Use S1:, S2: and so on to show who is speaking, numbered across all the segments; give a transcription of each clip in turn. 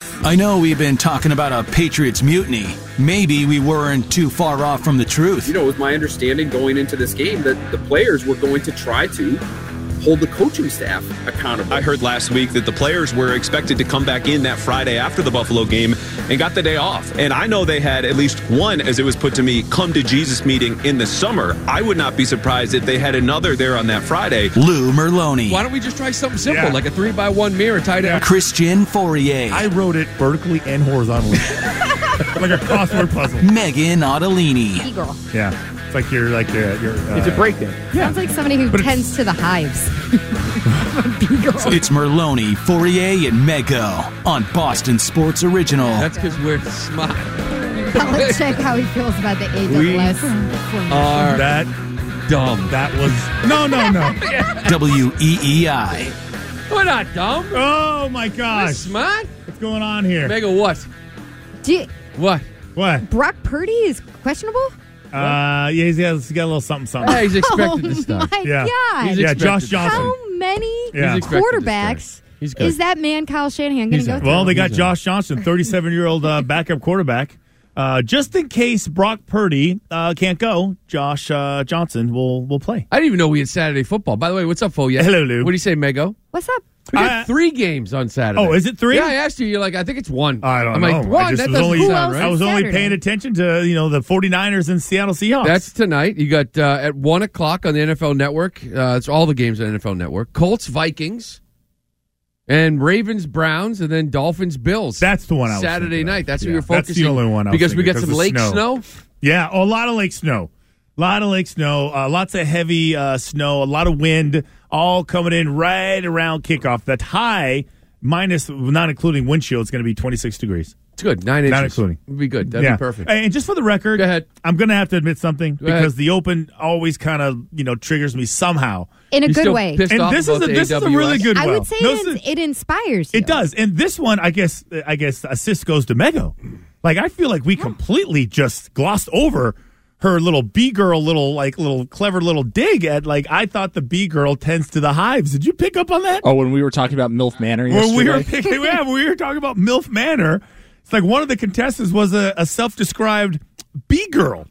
S1: I know we've been talking about a Patriots mutiny. Maybe we weren't too far off from the truth.
S2: You know, it was my understanding going into this game that the players were going to try to hold the coaching staff accountable.
S3: I heard last week that the players were expected to come back in that Friday after the Buffalo game and got the day off. And I know they had at least one, as it was put to me, come to Jesus meeting in the summer. I would not be surprised if they had another there on that Friday.
S1: Lou Merlone.
S4: Why don't we just try something simple,
S5: Yeah.
S4: like a three by one mirror tied out?
S1: Christian Fourier.
S5: I wrote it vertically and horizontally, like a crossword puzzle.
S1: Megan Ottolini.
S6: Eagle.
S5: Yeah, it's like you're like your. your uh,
S7: It's a breakdown.
S6: Sounds like somebody who
S5: But it's-
S6: tends to the hives. Beagle.
S1: It's Merlone, Fourier, and Mego on Boston Sports Original.
S4: That's because we're smart.
S6: I'll check how he feels about the AWS.
S4: Are
S5: That
S4: dumb.
S5: that was no no no.
S1: E WEEI.
S4: We're not dumb.
S5: Oh my
S4: We're
S5: gosh,
S4: smart.
S5: what's going on here?
S4: Mega what?
S6: Do you-
S4: What?
S5: What?
S6: Brock Purdy is questionable?
S5: Uh, yeah, he's got, he's got a little something something.
S4: Hey, he's expected
S6: oh
S4: to start.
S6: my
S5: Yeah.
S6: God.
S4: He's
S5: Yeah, Josh
S4: expected-
S5: Johnson.
S6: how many
S5: Yeah. He's
S4: expected to
S6: quarterbacks
S4: start. He's good.
S6: is that man Kyle Shanahan going
S4: He's
S6: to go
S4: a-
S6: through?
S5: Well, they got
S4: He's a-
S5: Josh Johnson, 37 year old uh, backup quarterback. Uh, just in case Brock Purdy uh, can't go, Josh uh, Johnson will will play.
S4: I didn't even know we had Saturday football. By the way, what's up, Foya?
S5: Hello, Lou.
S4: What do you say, Mego?
S6: What's up?
S4: We got
S5: I-
S4: three games on Saturday.
S5: Oh, is it three?
S4: Yeah, I asked you. You're like, I think it's one.
S5: I don't
S4: I'm
S5: know.
S4: like, one?
S5: I just
S4: that
S5: was
S4: doesn't
S5: only-
S6: Who else
S4: sound right.
S5: I was only
S6: Saturday.
S5: paying attention to you know the 49ers and Seattle Seahawks.
S4: That's tonight. You got uh, at one o'clock on the NFL Network. Uh, it's all the games on NFL Network. Colts, Vikings, and Ravens, Browns, and then Dolphins, Bills.
S5: That's the one I was
S4: Saturday
S5: thinking
S4: night.
S5: of.
S4: That's
S5: Yeah.
S4: what you're
S5: That's
S4: focusing.
S5: the only one I was
S4: because we
S5: thinking
S4: got
S5: of,
S4: some
S5: 'cause
S4: lake
S5: the
S4: snow.
S5: snow. Yeah, a lot of lake snow. A lot of lake snow, a lots of heavy uh, snow, a lot of wind, all coming in right around kickoff. That high, minus, not including windshield, is going to be 26 degrees.
S4: It's good. Nine inches.
S5: Not including.
S4: Would be good. That'd
S5: yeah.
S4: be perfect.
S5: And just for the record,
S4: Go ahead.
S5: I'm going to have to admit something
S4: ahead.
S5: because the open always kind of, you know, triggers me somehow.
S6: In a
S4: You
S6: good
S4: still
S6: way.
S4: pissed
S5: And
S4: off
S5: this is
S4: about
S5: a,
S4: the
S5: this is a
S4: AWS?
S5: really good
S6: I
S5: well.
S6: would say
S5: No,
S6: it,
S5: this
S6: ins-
S5: is-
S6: it inspires you.
S5: it does. And this one, I guess, I guess assist goes to Mego. Like I feel like we completely just glossed over her little B girl, little like little clever little dig at like I thought the B girl tends to the hives. Did you pick up on that?
S7: Oh, when we were talking about MILF Manor yesterday.
S5: when we were picking, yeah, when we were talking about MILF Manor. It's like one of the contestants was a, a self-described B girl,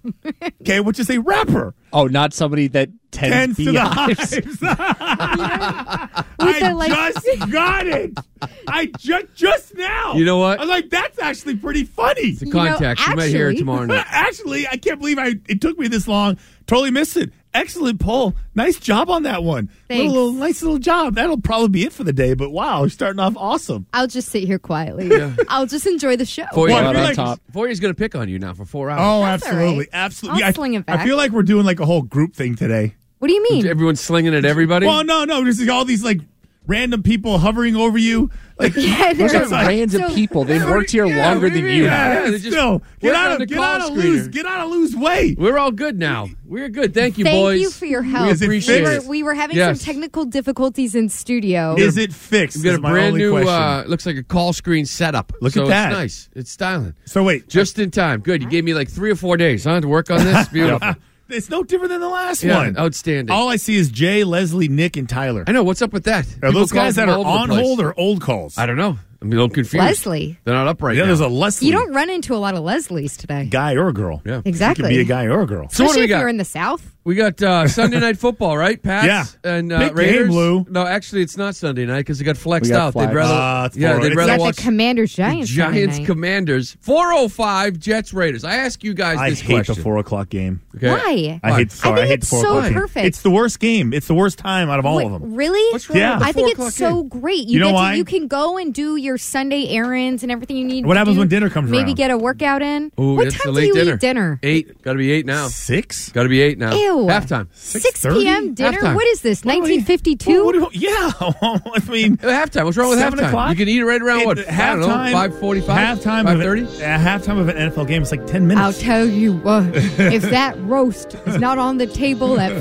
S5: okay, which is a rapper.
S7: oh, not somebody that tends,
S5: Tends to the
S7: beehives.
S5: hives.
S6: With
S5: I
S6: the, like-
S5: just got it. I just just now.
S4: You know what?
S5: I was like, that's actually pretty funny.
S4: The
S6: You know,
S4: contact. you might hear it
S6: actually-
S4: tomorrow night.
S5: Actually, I can't believe I it took me this long. Totally missed it. Excellent poll. Nice job on that one.
S6: Thanks.
S5: Little, little nice little job. That'll probably be it for the day. But wow, you're starting off awesome.
S6: I'll just sit here quietly. I'll just enjoy the show.
S4: Foyer,
S5: Well, I
S7: Right
S5: feel
S7: on
S5: like-
S7: top.
S4: Foyer's going to pick on you now for four hours.
S5: Oh,
S6: That's all
S5: absolutely,
S6: right.
S5: absolutely.
S6: I'll
S5: I-
S6: sling it
S5: I
S6: back.
S5: feel like we're doing like a whole group thing today.
S6: What do you
S8: Oh.
S6: mean?
S4: Everyone's slinging at everybody.
S5: Well, no, no. There's all these like random people hovering over you. Like
S6: Yeah,
S7: Those
S6: they're-
S7: are random
S6: so-
S7: people. They've worked here
S5: Yeah,
S7: longer
S5: what do
S7: than
S5: mean?
S7: you have.
S4: Yeah,
S5: Yeah,
S4: they just
S5: still,
S4: work
S5: get
S4: on
S5: out
S4: the
S5: of get
S4: call
S5: out of
S4: screener.
S5: lose get out of lose way.
S4: We're all good now. We're good. Thank you,
S6: Thank
S4: boys.
S6: you for your help.
S5: Is it
S4: appreciate
S6: we, were,
S4: it.
S6: we were having
S4: Yes.
S6: some technical difficulties in studio.
S5: Is it fixed?
S4: We've got
S5: is
S4: a
S5: my
S4: brand
S5: only
S4: new,
S5: question.
S4: uh, looks like a call screen setup.
S5: Look
S4: so
S5: at
S4: it's
S5: that.
S4: nice. It's styling.
S5: so wait,
S4: Just in time. Good. You gave me like three or four days, huh, to work on this? Beautiful.
S5: it's no different than the last
S4: Yeah,
S5: one.
S4: outstanding.
S5: All I see is Jay, Leslie, Nick, and Tyler.
S4: I know. What's up with that?
S5: Are
S4: People
S5: those
S4: call
S5: guys
S4: from
S5: that are
S4: all over the
S5: on
S4: place.
S5: hold or old calls?
S4: I don't know. I'm a little confused.
S6: Leslie.
S4: They're not up right
S5: yeah,
S4: now.
S5: there's a Leslie
S6: you don't run into a lot of Leslie's today.
S5: guy or a girl.
S4: Yeah.
S5: It
S6: Exactly.
S5: could be a guy or a girl.
S4: So what
S6: Especially
S4: do we
S6: if
S4: got?
S6: you're in the South.
S4: we got uh, Sunday night football, right? Pats
S5: Yeah.
S4: and uh,
S5: Big game,
S4: Raiders.
S5: Lou.
S4: No, actually, it's not Sunday night because it got flexed
S7: We got
S4: out. They'd
S7: flagged.
S4: rather,
S5: Ah, it's
S4: yeah,
S5: four-
S4: they'd
S5: it's-
S4: rather
S6: You got
S4: watch
S6: the Commanders Giants.
S4: Giants
S6: Sunday night.
S4: Commanders 405 Jets Raiders. I ask you guys
S5: I
S4: this
S5: hate
S4: question.
S5: the four o'clock game.
S4: Okay.
S6: Why?
S5: I hate. Sorry, I,
S6: think
S5: hate
S6: it's
S5: the four
S6: so
S5: o'clock game.
S6: perfect.
S5: It's the worst game. It's the worst time out of all
S6: Wait,
S5: of them.
S6: Really?
S4: What's wrong
S5: Yeah.
S4: with the
S6: I think
S4: four
S6: it's
S4: o'clock
S6: so
S4: game?
S6: great. You,
S5: You know
S6: get to-
S5: why?
S6: you can go and do your Sunday errands and everything you need.
S5: What
S6: to
S5: happens
S6: do.
S5: when dinner comes
S6: Maybe
S5: around?
S6: get a workout in.
S4: Ooh,
S6: what
S4: it's
S6: time
S4: the late
S6: do you
S4: dinner.
S6: eat dinner?
S4: Eight. Got to be eight now.
S5: Six.
S4: Got to be eight now.
S6: Ew.
S4: Halftime.
S6: 6
S5: 6:30?
S6: p.m. dinner?
S4: Halftime.
S6: What is this?
S5: do you-
S6: 1952?
S5: What- what do you- yeah. I mean,
S4: Uh, Halftime. What's wrong with
S5: Seven
S4: halftime?
S5: o'clock?
S4: You can eat it right around what?
S5: it-
S4: I don't know,
S5: halftime.
S4: 545?
S5: Halftime.
S4: 530?
S5: Of an, uh, halftime of an NFL game. It's like ten
S6: I'll
S5: minutes.
S6: tell you what. if that roast is not on the table at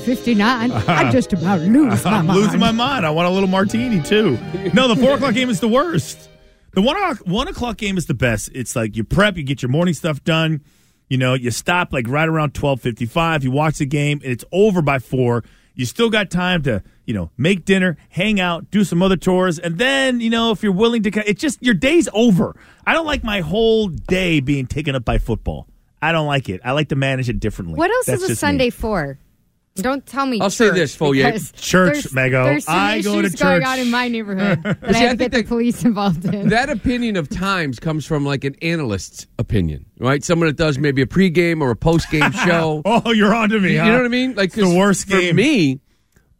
S6: 5:59, I just about lose my
S5: I'm
S6: mind.
S5: Uh, losing my mind. I want a little martini too. No, the four o'clock game is the worst. The one o'clock one o'clock game is the best. It's like you prep, you get your morning stuff done. You know, you stop like right around twelve fifty five. You watch the game, and it's over by four. You still got time to, you know, make dinner, hang out, do some other tours, and then, you know, if you're willing to, ca- it's just your day's over. I don't like my whole day being taken up by football. I don't like it. I like to manage it differently.
S8: What else
S5: That's
S8: is a
S5: just me.
S8: Sunday for? Don't tell me.
S4: I'll say
S8: church,
S4: this, Foyer.
S8: because
S5: Church,
S8: there's-
S5: Mego.
S8: There's some
S5: I
S8: issues
S5: go to
S8: going
S5: church.
S8: on in my neighborhood that I
S4: See, I
S8: have to
S4: think
S8: get the
S4: that-
S8: police involved in.
S4: That opinion of times comes from like an analyst's opinion, right? Someone that does maybe a pregame or a postgame show.
S5: Oh, you're on to me.
S4: you,
S5: huh?
S4: you know what I mean? Like
S5: It's the
S4: 'cause
S5: worst
S4: for
S5: game.
S4: me.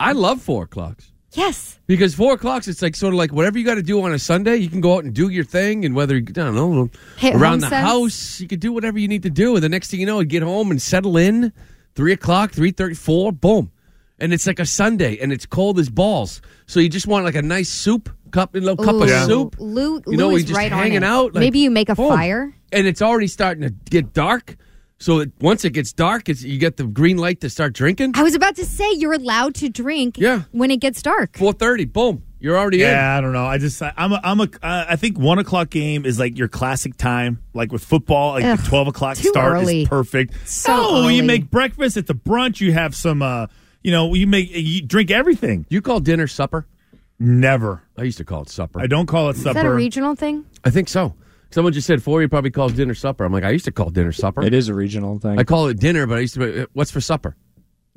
S4: I love four o'clocks
S8: yes.
S4: because four o'clocks. It's like sort of like whatever you got to do on a Sunday, you can go out and do your thing, and whether you, I don't know
S8: Hit
S4: around
S8: home
S4: the
S8: sense.
S4: house, you could do whatever you need to do, and the next thing you know, you get home and settle in. Three o'clock, three thirty, four, boom, and it's like a Sunday, and it's cold as balls. So you just want like a nice soup cup, a little cup
S8: Ooh,
S4: of soup.
S8: Lou,
S4: You know,
S8: Lou
S4: we
S8: is
S4: just
S8: right on
S4: hanging
S8: it.
S4: out. like,
S8: Maybe you make a
S4: boom.
S8: fire.
S4: and it's already starting to get dark. So it, once it gets dark, it's, you get the green light to start drinking.
S8: I was about to say you're allowed to drink
S4: Yeah.
S8: when it gets dark.
S4: Four thirty, boom, you're already in.
S5: Yeah, I don't know. I just I, I'm a, I'm a uh, I think one o'clock game is like your classic time. Like with football, like
S8: Ugh,
S5: the twelve o'clock
S8: too
S5: start
S8: early.
S5: is perfect.
S8: So
S5: no, you
S8: early.
S5: make breakfast at the brunch. You have some. uh You know, you make you drink everything.
S4: You call dinner supper?
S5: Never.
S4: I used to call it supper.
S5: I
S4: I,
S5: don't call it
S8: Is that a
S5: supper.
S8: regional thing?
S4: think so. Someone just said four. You probably calls dinner supper. I'm like, I used to call dinner supper.
S7: It is a regional thing.
S4: I call it dinner, but I used to. be, uh, What's for supper?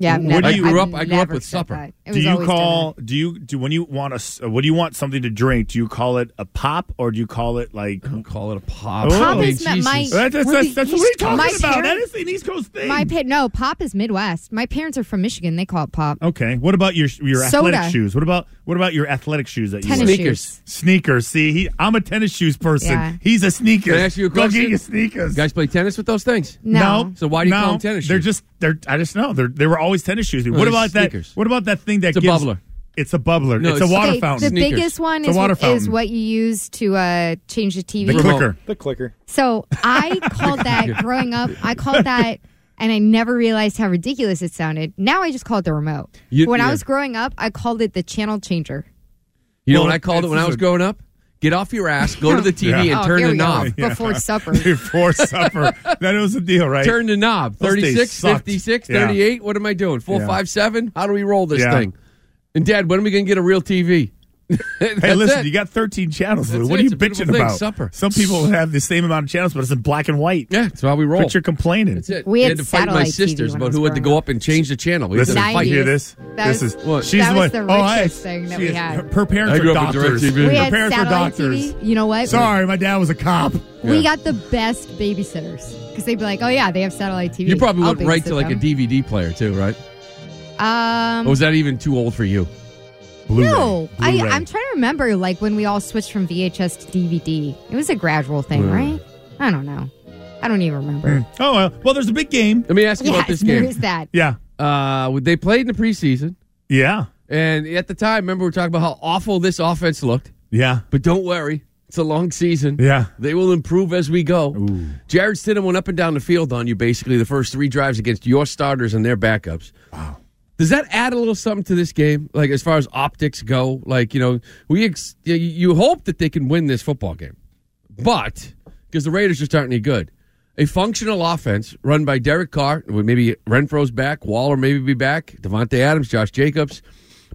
S6: Yeah, I've
S5: What
S6: never-
S5: do you-
S6: I've
S4: grew up- I grew up
S6: never
S4: with
S6: said
S4: supper.
S6: that. It
S5: Do
S6: was
S5: you
S6: always
S5: call? Do you do when you want a? s- What do you want something to drink? Do you call it a pop or do you call it like?
S4: I call it a pop.
S5: Pop
S4: I mean,
S8: is my-
S4: Oh, Jesus.
S8: my-
S5: That's, that's,
S8: We're
S5: that's,
S8: the
S5: that's what we're
S8: East Coast.
S5: talking
S8: My
S5: about.
S8: parents-
S5: that is an East Coast thing.
S6: dinner. My
S8: Pa- no, pop is Midwest. My parents are from Michigan. They call it pop.
S5: okay. What about your your
S8: Soda.
S5: athletic shoes? What about what about your athletic shoes that you
S8: Tennis
S5: wear?
S4: Sneakers.
S8: shoes.
S5: Sneakers. See, he, I'm a tennis shoes person.
S8: Yeah.
S5: He's a sneaker.
S4: Can I ask you a
S5: Go
S4: question?
S5: get your sneakers.
S4: You guys play tennis with those things?
S8: No.
S4: So why do you
S5: no,
S4: call them tennis
S5: They're
S4: shoes?
S5: just they're. I just know they're they were always tennis shoes.
S4: No,
S5: what
S4: they're
S5: about
S4: sneakers.
S5: that? What about that thing that
S4: It's a
S5: gives?
S4: bubbler.
S5: It's a bubbler.
S4: No,
S5: it's a
S4: it's-
S5: water
S8: Okay,
S5: fountain.
S8: The
S4: Sneakers.
S8: biggest one
S5: It's a
S8: is,
S5: water
S8: is
S5: fountain.
S8: what you use to uh, change the TV.
S5: the
S4: Remote.
S5: clicker.
S7: the clicker.
S8: So I called that growing up. I called that, and I never realized how ridiculous it sounded. Now I just call it the remote.
S4: You-
S8: when
S4: yeah.
S8: I was growing up, I called it the channel changer.
S4: You know
S5: Well,
S4: what I called it
S5: it's
S4: when I
S5: just
S4: was
S5: a-
S4: growing up? Get off your ass, go to the TV,
S8: Yeah.
S4: and
S8: Oh,
S4: turn
S8: here
S4: the
S8: we go.
S4: knob.
S8: Before supper.
S5: Before supper. That was the deal, right?
S4: Turn the knob.
S5: Those days
S4: 36,
S5: sucked.
S4: 56,
S5: Yeah.
S4: 38. What am I doing? Four,
S5: Yeah.
S4: five, seven. How do we roll this
S5: Yeah.
S4: thing? And, Dad, when are we going to get a real TV?
S5: Hey, listen, you got 13 channels, Lou.
S4: That's
S5: What
S4: it.
S5: are you
S4: It's a beautiful
S5: bitching
S4: thing,
S5: about?
S4: supper.
S5: Some people have the same amount of channels, but it's in black and white.
S4: yeah, that's how we roll.
S5: But you're complaining.
S4: That's it.
S8: We
S4: I
S8: had
S4: had to fight my
S8: satellite TV when
S4: sisters
S8: I
S4: about
S8: was
S4: who had to
S8: growing
S4: go up and change the channel. We had to
S5: Listen,
S4: fight.
S5: you hear
S8: 90s.
S5: this?
S8: That
S5: this
S8: was-
S5: is
S4: What?
S5: she's
S8: that
S5: the
S8: was
S5: one-
S8: the
S5: oh, I-
S8: richest thing that
S5: she
S8: we
S5: is-
S8: had.
S5: Her, her parents
S4: I
S5: are
S4: grew up with
S5: doctors.
S4: DirecTV.
S8: We
S5: Her
S8: had
S5: parents are
S8: satellite
S5: doctors.
S8: TV. You know what?
S5: Sorry, my dad was a cop.
S8: We
S4: Yeah.
S8: got the best babysitters because they'd be like, "Oh yeah, they have satellite TV."
S4: You probably
S8: I'll
S4: went right to
S8: babysit
S4: like a
S8: them.
S4: DVD player, too, right?
S8: Um,
S4: Or was that even too old for you?
S5: Blu-ray.
S8: no, I,
S5: Blu-ray.
S8: I'm trying to remember like when we all switched from VHS to DVD. It was a gradual thing, right? I don't know. I don't even remember.
S5: Oh well, well, there's a big game.
S4: Let me ask you
S8: yes,
S4: about this
S8: there
S4: game.
S8: is that.
S5: Yeah,
S4: Uh, they played in the preseason,
S5: yeah,
S4: and at the time, remember we were talking about how awful this offense looked.
S5: yeah,
S4: But don't worry, it's a long season.
S5: yeah.
S4: They will improve as we go. Jared Stidham went up and down the field on you basically the first three drives against your starters and their backups. Wow. Does that add a little something to this game? Like as far as optics go, like you know, we ex- you- you hope that they can win this football game, but because the Raiders just aren't any good. A functional offense run by Derek Carr, with maybe Renfro's back, Waller maybe be back, Devontae Adams, Josh Jacobs.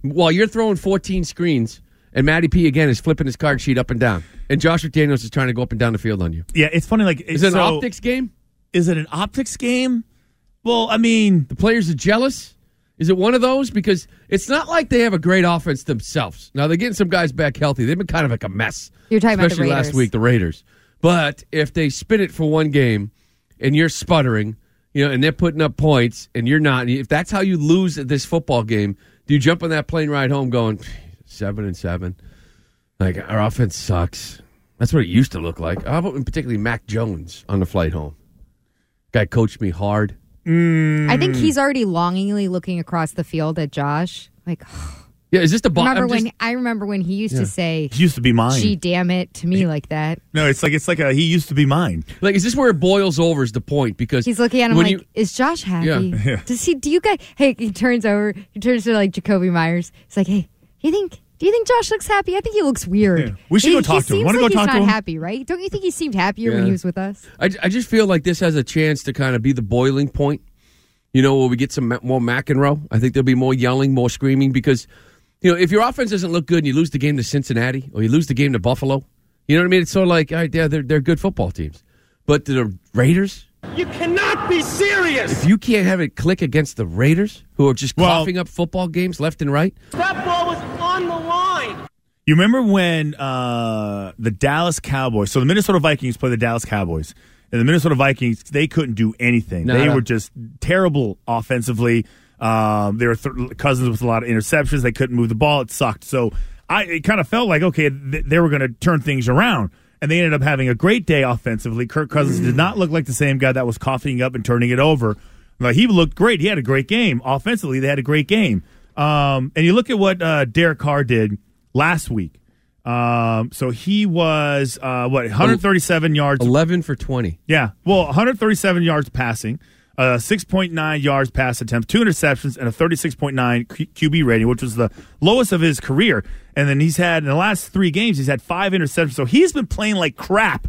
S4: While you're throwing 14 screens, and Matty P again is flipping his card sheet up and down, and Josh McDaniels is trying to go up and down the field on you.
S5: Yeah, it's funny. Like,
S4: Is it
S5: so-
S4: an optics game?
S5: Is it an optics game? Well, I mean,
S4: The players are jealous. Is it one of those? Because it's not like they have a great offense themselves. Now they're getting some guys back healthy. They've been kind of like a mess.
S8: You're talking about the
S4: especially last
S8: Raiders.
S4: week, the Raiders. But if they spin it for one game, and you're sputtering, you know, and they're putting up points, and you're not. If that's how you lose at this football game, do you jump on that plane ride home going seven and seven? Like our offense sucks. That's what it used to look like. How about particularly Mac Jones on the flight home? Guy coached me hard.
S8: I think he's already longingly looking across the field at Josh. Like,
S4: Yeah, is this the bottom?
S8: remember when I remember when he used to say,
S5: he used to be mine.
S8: "Gee, damn it" to me like that.
S5: no, it's like it's like a he used to be mine.
S4: Like, is this where it boils over? Is the point because
S8: He's looking at him
S4: when
S8: like,
S4: you-
S8: "Is Josh happy?
S4: Yeah.
S8: Does he? Do you guys?" Hey, he turns over. He turns to like Jacoby Myers. He's like, "Hey, you think? Do you think Josh looks happy? I think he looks weird.
S5: Yeah. We should
S8: he,
S5: go talk to him.
S8: He seems
S5: Wanna
S8: like
S5: go
S8: he's
S5: talk to
S8: not
S5: him?
S8: happy, right? Don't you think he seemed happier when
S4: Yeah.
S8: he was with us?
S4: I, I just feel like this has a chance to kind of be the boiling point. You know, will we get some ma- more McEnroe? I think there'll be more yelling, more screaming because, you know, if your offense doesn't look good and you lose the game to Cincinnati or you lose the game to Buffalo, you know what I mean? It's sort of like, all right, yeah, they're, they're good football teams. But to the Raiders,
S9: You cannot be serious.
S4: if you can't have it click against the Raiders, who are just
S5: Well-
S4: coughing up football games left and right,
S9: That ball was on the line.
S5: You remember when uh, the Dallas Cowboys, so the Minnesota Vikings play the Dallas Cowboys, and the Minnesota Vikings, they couldn't do anything.
S4: No,
S5: they
S4: no.
S5: were just terrible offensively. Um, they were th- cousins with a lot of interceptions. They couldn't move the ball. It sucked. So I it kind of felt like, okay, th- they were going to turn things around. And they ended up having a great day offensively. Kirk Cousins did not look like the same guy that was coughing up and turning it over. Like, he looked great. He had a great game. Offensively, they had a great game. Um, and you look at what uh, Derek Carr did last week. Um, so he was uh, what 137 yards.
S4: 11 for 20.
S5: Yeah, well, 137 yards passing, uh, 6.9 yards pass attempts, two interceptions, and a 36.9 Q- QB rating, which was the lowest of his career. And then he's had in the last three games, he's had five interceptions. So he's been playing like crap.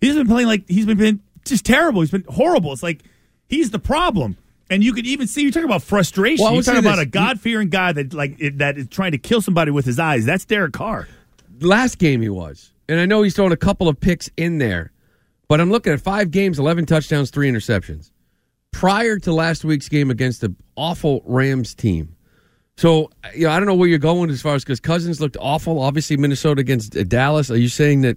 S5: He's been playing like he's been, been just terrible. He's been horrible. It's like he's the problem. And you could even see you talk about frustration.
S4: Well, I
S5: you
S4: would
S5: talk
S4: say
S5: about
S4: this.
S5: a God fearing guy that like it, that is trying to kill somebody with his eyes. That's Derek Carr.
S4: last game he was. And I know he's thrown a couple of picks in there, but I'm looking at five games, 11 touchdowns, three interceptions prior to last week's game against the awful Rams team. So, you know, I don't know where you're going as far as because Cousins looked awful. Obviously, Minnesota against uh, Dallas. Are you saying that,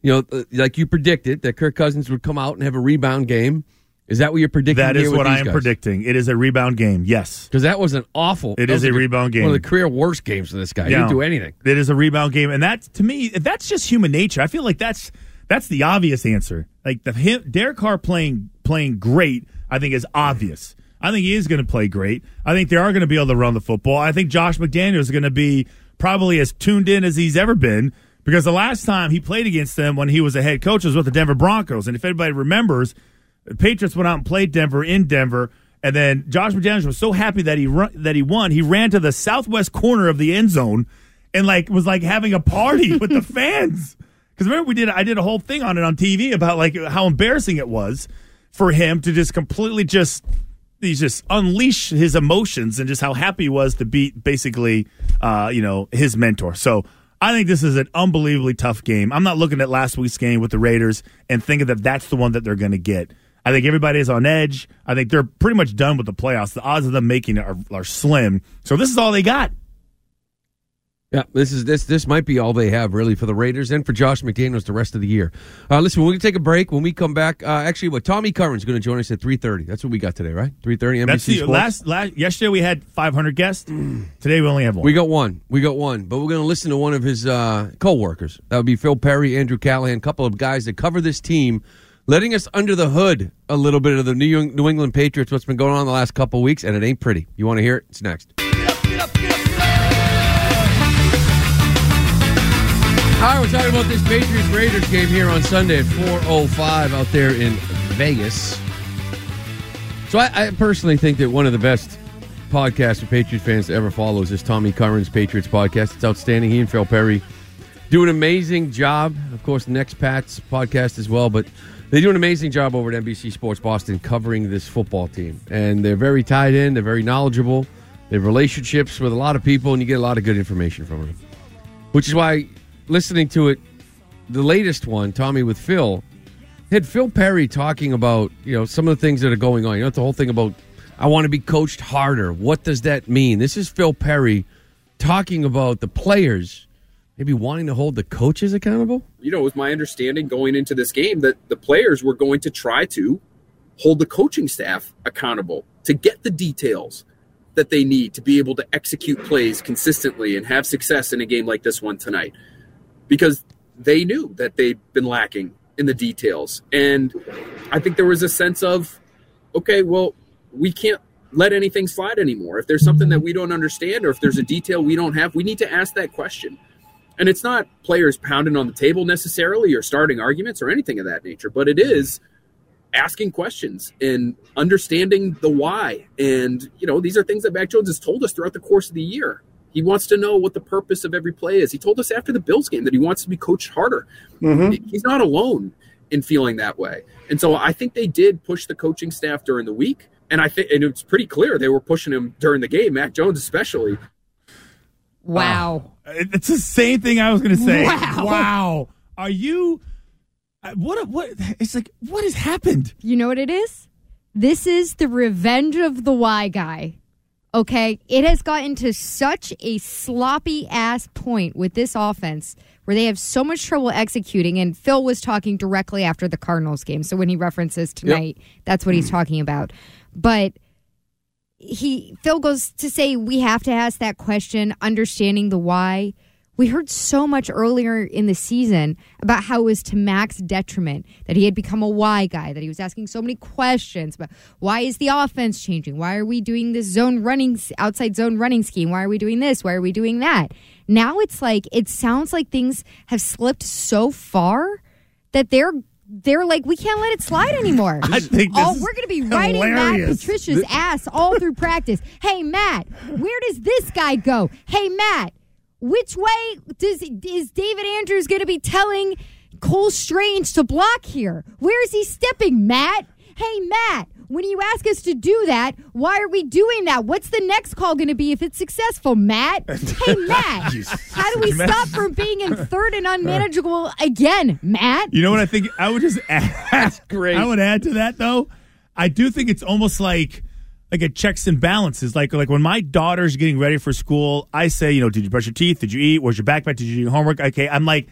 S4: you know, uh, like you predicted, that Kirk Cousins would come out and have a rebound game? Is that what you're predicting?
S5: That is what I am predicting. It is a rebound game. Yes.
S4: Because that was an awful.
S5: It
S4: that
S5: is
S4: was
S5: a
S4: like
S5: rebound game.
S4: One of the career worst games for this guy. He didn't
S5: Yeah.
S4: do anything.
S5: It is a rebound game, and that's to me that's just human nature. I feel like that's that's the obvious answer. Like the him, Derek Carr playing playing great, I think is obvious. I think he is going to play great. I think they are going to be able to run the football. I think Josh McDaniels is going to be probably as tuned in as he's ever been because the last time he played against them when he was a head coach was with the Denver Broncos, and if anybody remembers, the Patriots went out and played Denver in Denver, and then Josh McDaniels was so happy that he run, that he won. He ran to the southwest corner of the end zone and like was like having a party with the fans. Because remember we did I did a whole thing on it on TV about like how embarrassing it was for him to just completely just he just unleash his emotions and just how happy he was to beat basically uh, you know his mentor. So I think this is an unbelievably tough game. I'm not looking at last week's game with the Raiders and thinking that that's the one that they're going to get. I think everybody is on edge. I think they're pretty much done with the playoffs. The odds of them making it are, are slim. So this is all they got.
S4: Yeah, this is this this might be all they have really for the Raiders and for Josh McDaniels the rest of the year. Uh, listen, we're gonna take a break. When we come back, uh, actually, what Tommy Curran's gonna join us at three thirty. That's what we got today, right? Three thirty. NBC
S5: That's the
S4: Sports. Mm.
S5: last, last. Yesterday we had 500 guests. Today we only have one.
S4: We got one. We got one. But we're going to listen to one of his uh, co-workers. That would be Phil Perry, Andrew Callahan, a couple of guys that cover this team, letting us under the hood a little bit of the New, Eng- New England Patriots, what's been going on the last couple of weeks, and it ain't pretty. You want to hear it? It's next. All right, we're talking about this Patriots Raiders game here on Sunday at 4:05 out there in Vegas. So I, I personally think that one of the best podcasts for Patriots fans to ever follow is this Tommy Curran's Patriots podcast. It's outstanding. He and Phil Perry do an amazing job. Of course, Next Pat's podcast as well, but they do an amazing job over at NBC Sports Boston covering this football team. And they're very tied in. They're very knowledgeable. They have relationships with a lot of people, and you get a lot of good information from them. Which is why listening to it, the latest one, Tommy with Phil, had Phil Perry talking about you know some of the things that are going on. You know the whole thing about I want to be coached harder. What does that mean? This is Phil Perry talking about the players maybe wanting to hold the coaches accountable.
S2: you know, it was my understanding going into this game that the players were going to try to hold the coaching staff accountable to get the details that they need to be able to execute plays consistently and have success in a game like this one tonight because they knew that they'd been lacking in the details. And I think there was a sense of, okay, well, we can't let anything slide anymore. If there's something that we don't understand or if there's a detail we don't have, we need to ask that question. And it's not players pounding on the table necessarily or starting arguments or anything of that nature, but it is asking questions and understanding the why. And, you know, these are things that Mac Jones has told us throughout the course of the year. He wants to know what the purpose of every play is. He told us after the Bills game that he wants to be coached harder. He's not alone in feeling that way. And so I think they did push the coaching staff during the week. and I think and it's pretty clear they were pushing him during the game, Mac Jones especially.
S8: Wow.
S5: It- It's the same thing I was going to say.
S8: Wow.
S5: Wow. Are you? I- What? What? It's like what has happened?
S8: You know what it is? This is the revenge of the Y guy. Okay? It has gotten to such a sloppy ass point with this offense where they have so much trouble executing. And Phil was talking directly after the Cardinals game. So when he references tonight, that's what he's talking about. But he Phil goes to say we have to ask that question, understanding the why. We heard so much earlier in the season about how it was to Mac's detriment that he had become a why guy, that he was asking so many questions about why is the offense changing? Why are we doing this zone running, outside zone running scheme? Why are we doing this? Why are we doing that? Now it's like, it sounds like things have slipped so far that they're. They're like, we can't let it slide anymore.
S5: I think
S8: All-
S5: this is
S8: we're going to be riding Matt
S5: hilarious.
S8: Patricia Patricia's ass all through practice. Hey Matt, where does this guy go? Hey Matt, which way does is David Andrews going to be telling Cole Strange to block here? Where is he stepping, Matt? Hey Matt, when you ask us to do that, why are we doing that? What's the next call going to be if it's successful, Matt? Hey Matt, how do we stop from being in third and unmanageable again, Matt?
S5: You know what I think? I would just add.
S4: great.
S5: I would add to that though. I do think it's almost like like a checks and balances. Like like when my daughter's getting ready for school, I say, you know, did you brush your teeth? Did you eat? Where's your backpack? Did you do your homework? Okay, I'm like,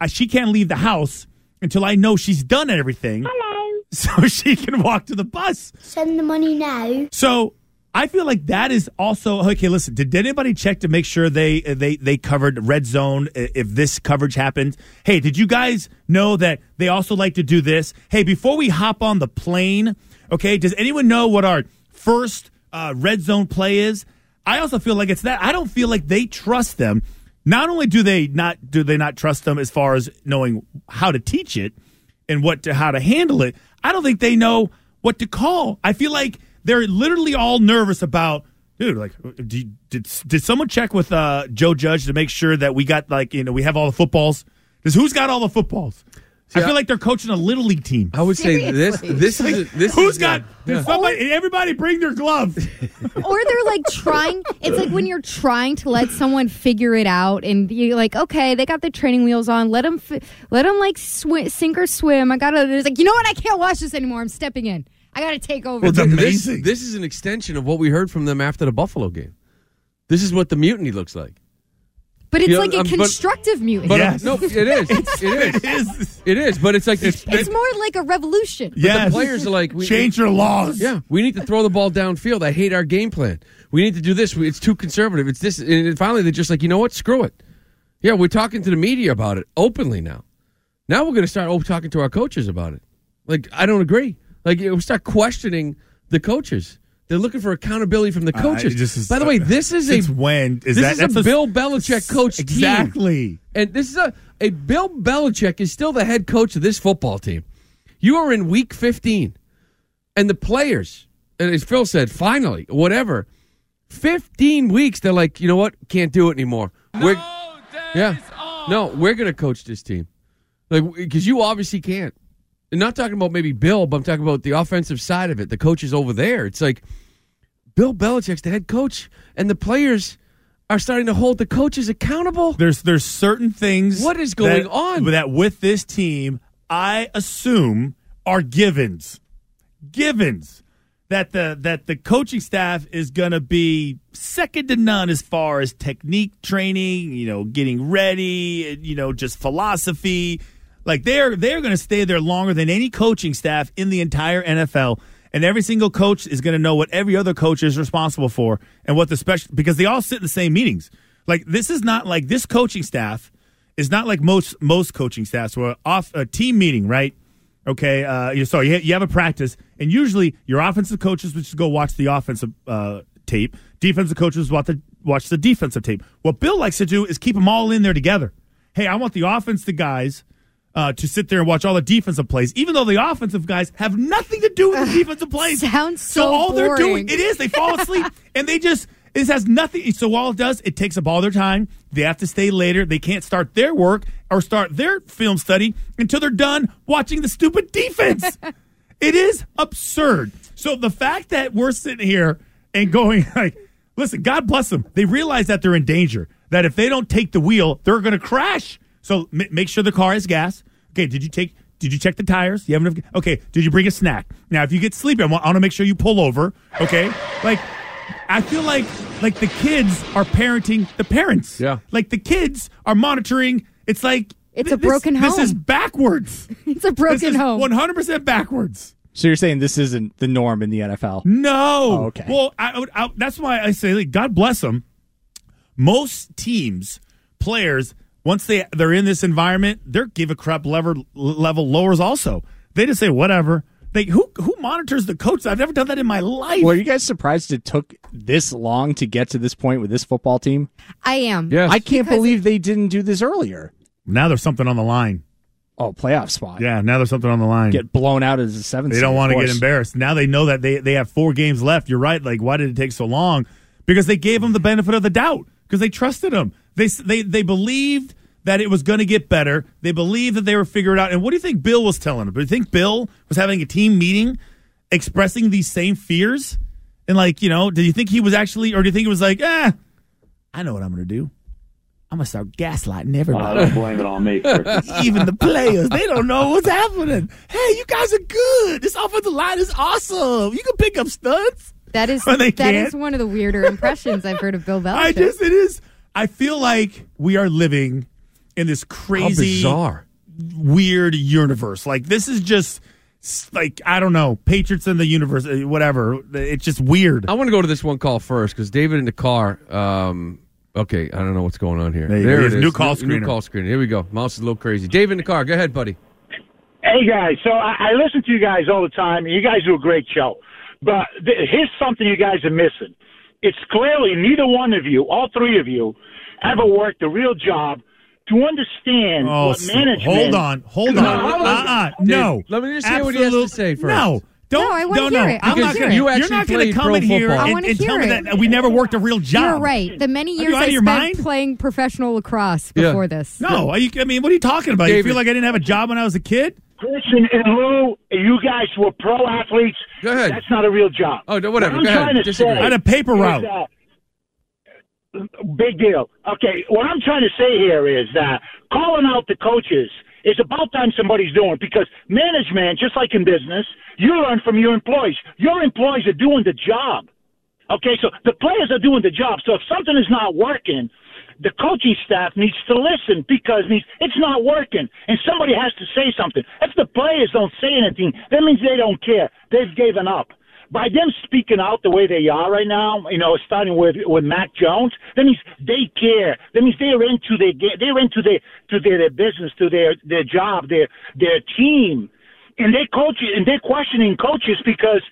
S5: I, she can't leave the house until I know she's done everything,
S10: Hello.
S5: so she can walk to the bus.
S10: Send the money now.
S5: So I feel like that is also okay. Listen, did anybody check to make sure they they they covered red zone i- if this coverage happened? Hey, did you guys know that they also like to do this? Hey, before we hop on the plane, okay, does anyone know what our first uh, red zone play is? I also feel like it's that. I don't feel like they trust them. Not only do they not do they not trust them as far as knowing how to teach it, and what to how to handle it. I don't think they know what to call. I feel like they're literally all nervous about, dude. Like, do you- did did someone check with uh, Joe Judge to make sure that we got like you know we have all the footballs? Because who's got all the footballs? I
S4: I-
S5: feel like they're coaching a little league team.
S4: I would say this. This is this.
S5: Who's
S4: is
S5: got?
S4: Yeah.
S5: Did somebody? did Everybody bring their glove.
S8: or they're like trying it's like when you're trying to let someone figure it out and you're like okay they got the training wheels on let them f- let them like sw- sink or swim i gotta it's like you know what i can't watch this anymore i'm stepping in i gotta take over
S5: Well, the-
S4: This-
S5: Amazing.
S4: This, is an extension of what we heard from them after the Buffalo game. This is what the mutiny looks like.
S8: but it's
S4: Yeah,
S8: like a
S4: um, but-
S8: constructive mutiny
S4: But uh,
S5: Yes.
S4: no, it is. It is.
S5: It is.
S4: It is. But it's like these
S8: it's more like a revolution
S5: Yes.
S4: players are like we,
S5: change your laws.
S4: Yeah, we need to throw the ball downfield. I hate our game plan. We need to do this. We- It's too conservative. It's this. And finally, they're just like, you know what? Screw it. Yeah, we're talking to the media about it openly now. Now we're going to start op- talking to our coaches about it. Like, I don't agree. Like, we start questioning the coaches. They're looking for accountability from the coaches.
S5: I- this is-
S4: By the way, this is
S5: Since
S4: a
S5: when is
S4: this
S5: that?
S4: is
S5: that's
S4: a Bill Belichick coach team.
S5: Exactly.
S4: And this is a, a Bill Belichick is still the head coach of this football team. You are in week 15. And the players, and as Phil said, finally, whatever, 15 weeks, they're like, you know what? Can't do it anymore. we're, yeah. No, we're going to coach this team. Like, because you obviously can't. And not talking about maybe Bill, but I'm talking about the offensive side of it. The coaches over there. It's like Bill Belichick's the head coach, and the players are starting to hold the coaches accountable.
S5: there's there's certain things
S4: What is going
S5: that-
S4: on?
S5: that with this team i assume are givens givens that the that the coaching staff is going to be second to none as far as technique training you know getting ready and, you know just philosophy like they're they're going to stay there longer than any coaching staff in the entire NFL and every single coach is going to know what every other coach is responsible for and what the special because they all sit in the same meetings like this is not like this coaching staff is not like most most coaching staffs where off a team meeting right okay, uh, you sorry, you, ha- you have a practice, and usually your offensive coaches would just go watch the offensive uh, tape. Defensive coaches watch the watch the defensive tape. What Bill likes to do is keep them all in there together. Hey, I want the offensive guys uh, to sit there and watch all the defensive plays, even though the offensive guys have nothing to do with the defensive plays.
S8: sounds
S5: so
S8: so
S5: all they're doing
S8: boring.
S5: it is they fall asleep and they just this has nothing. So all it does, it takes up all their time. They have to stay later. They can't start their work or start their film study until they're done watching the stupid defense. It is absurd. So the fact that we're sitting here and going like, listen, God bless them. They realize that they're in danger. That if they don't take the wheel, they're going to crash. So m- make sure the car has gas. Okay, did you take? Did you check the tires? You have enough. Okay, did you bring a snack? Now, if you get sleepy, I want, I want to make sure you pull over. Okay, like I feel like like the kids are parenting the parents.
S4: Yeah.
S5: like the kids are monitoring. It's like
S8: It's
S5: th-
S8: a broken
S5: this, This is
S8: home.
S5: backwards.
S8: It's a broken
S5: this is
S8: home.
S5: 100% backwards.
S7: So you're saying this isn't the norm in the NFL?
S5: No.
S7: Oh, okay.
S5: Well, I, would- I, that's why I say, like, God bless them. Most teams, players, once they they're in this environment, their give a crap level level lowers. Also, they just say whatever. They who who monitors the coach? I've never done that in my life.
S7: Well, are you guys surprised it took this long to get to this point with this football team?
S8: I am.
S4: Yes.
S7: I can't believe they didn't do this earlier.
S5: Now there's something on the line.
S7: Oh, playoff spot.
S5: Yeah, now there's something on the line.
S7: Get blown out as a seventh.
S5: They
S7: seed,
S5: don't
S7: of
S5: want to get
S7: course.
S5: embarrassed. Now they know that they, they have four games left. You're right. Like, why did it take so long? Because they gave them the benefit of the doubt because they trusted them. They, s- they, they believed that it was going to get better. They believed that they were figuring it out. And what do you think Bill was telling them? Do you think Bill was having a team meeting expressing these same fears? And, like, you know, do you think he was actually, or do you think it was like, eh, I know what I'm going to do? I'm going to start gaslighting everybody
S10: blame it on me. Chris.
S5: even the players. They don't know what's happening. Hey, you guys are good. This offensive line is awesome. You can pick up studs.
S8: That is
S5: When they
S8: that
S5: can't.
S8: is one of the weirder impressions I've heard of Bill Belichick.
S5: I just, it is. I feel like we are living in this
S4: How
S5: crazy,
S4: bizarre.
S5: weird universe. Like, this is just s- like, I don't know, Patriots in the universe, uh, whatever. It's just weird.
S4: I want to go to this one call first because David in the car. Um, okay, I don't know what's going on here.
S5: There you go.
S4: there
S5: He
S4: it
S5: has
S4: is.
S5: a new call
S4: New,
S5: screener.
S4: call screener. Here we go. Mouse is a little crazy. David in the car. Go ahead, buddy.
S10: Hey guys, so I, I listen to you guys all the time, and you guys do a great show. But th- here's something you guys are missing. It's clearly neither one of you, all three of you, ever worked a real job to understand
S5: Oh,
S10: what
S5: so-
S10: management.
S5: hold on, hold on. Uh-uh, no.
S4: Dude, let me just hear what he has to
S5: Absolute-
S4: say first.
S5: No. Don't,
S8: No, I wanna
S5: don't
S8: hear
S5: know.
S8: it.
S5: I'm
S8: Because
S5: not gonna,
S8: you
S5: are
S4: actually
S5: not going to
S4: played
S5: come
S4: pro
S5: in here
S4: football. I
S5: and,
S8: wanna
S5: and tell
S8: hear
S5: me
S8: it.
S5: that we never worked a real job.
S8: You're right. The many
S5: Are you
S8: years
S5: out
S8: I
S5: of your
S8: spent
S5: mind?
S8: playing professional lacrosse
S4: Yeah.
S8: before this.
S5: No, are you, I mean, what are you talking about? You
S4: David.
S5: feel like I didn't have a job when I was a kid?
S10: Chris and, and Lou, you guys were pro athletes.
S4: Go ahead.
S10: That's not a real job.
S4: Oh, no, whatever.
S10: What I'm
S4: Go ahead.
S10: trying to
S4: Disagree.
S10: say
S5: I had a paper
S10: is,
S5: route.
S10: uh, big deal. Okay, what I'm trying to say here is that calling out the coaches is about time somebody's doing it because management, just like in business, you learn from your employees. Your employees are doing the job. Okay, so the players are doing the job. So if something is not working, the coaching staff needs to listen because needs, it's not working, and somebody has to say something. If the players don't say anything, that means they don't care. They've given up. By them speaking out the way they are right now, you know, starting with with Mac Jones, that means they care. That means they're into their ga- they're into their to their, their business, to their their job, their their team, and they coach and they're questioning coaches because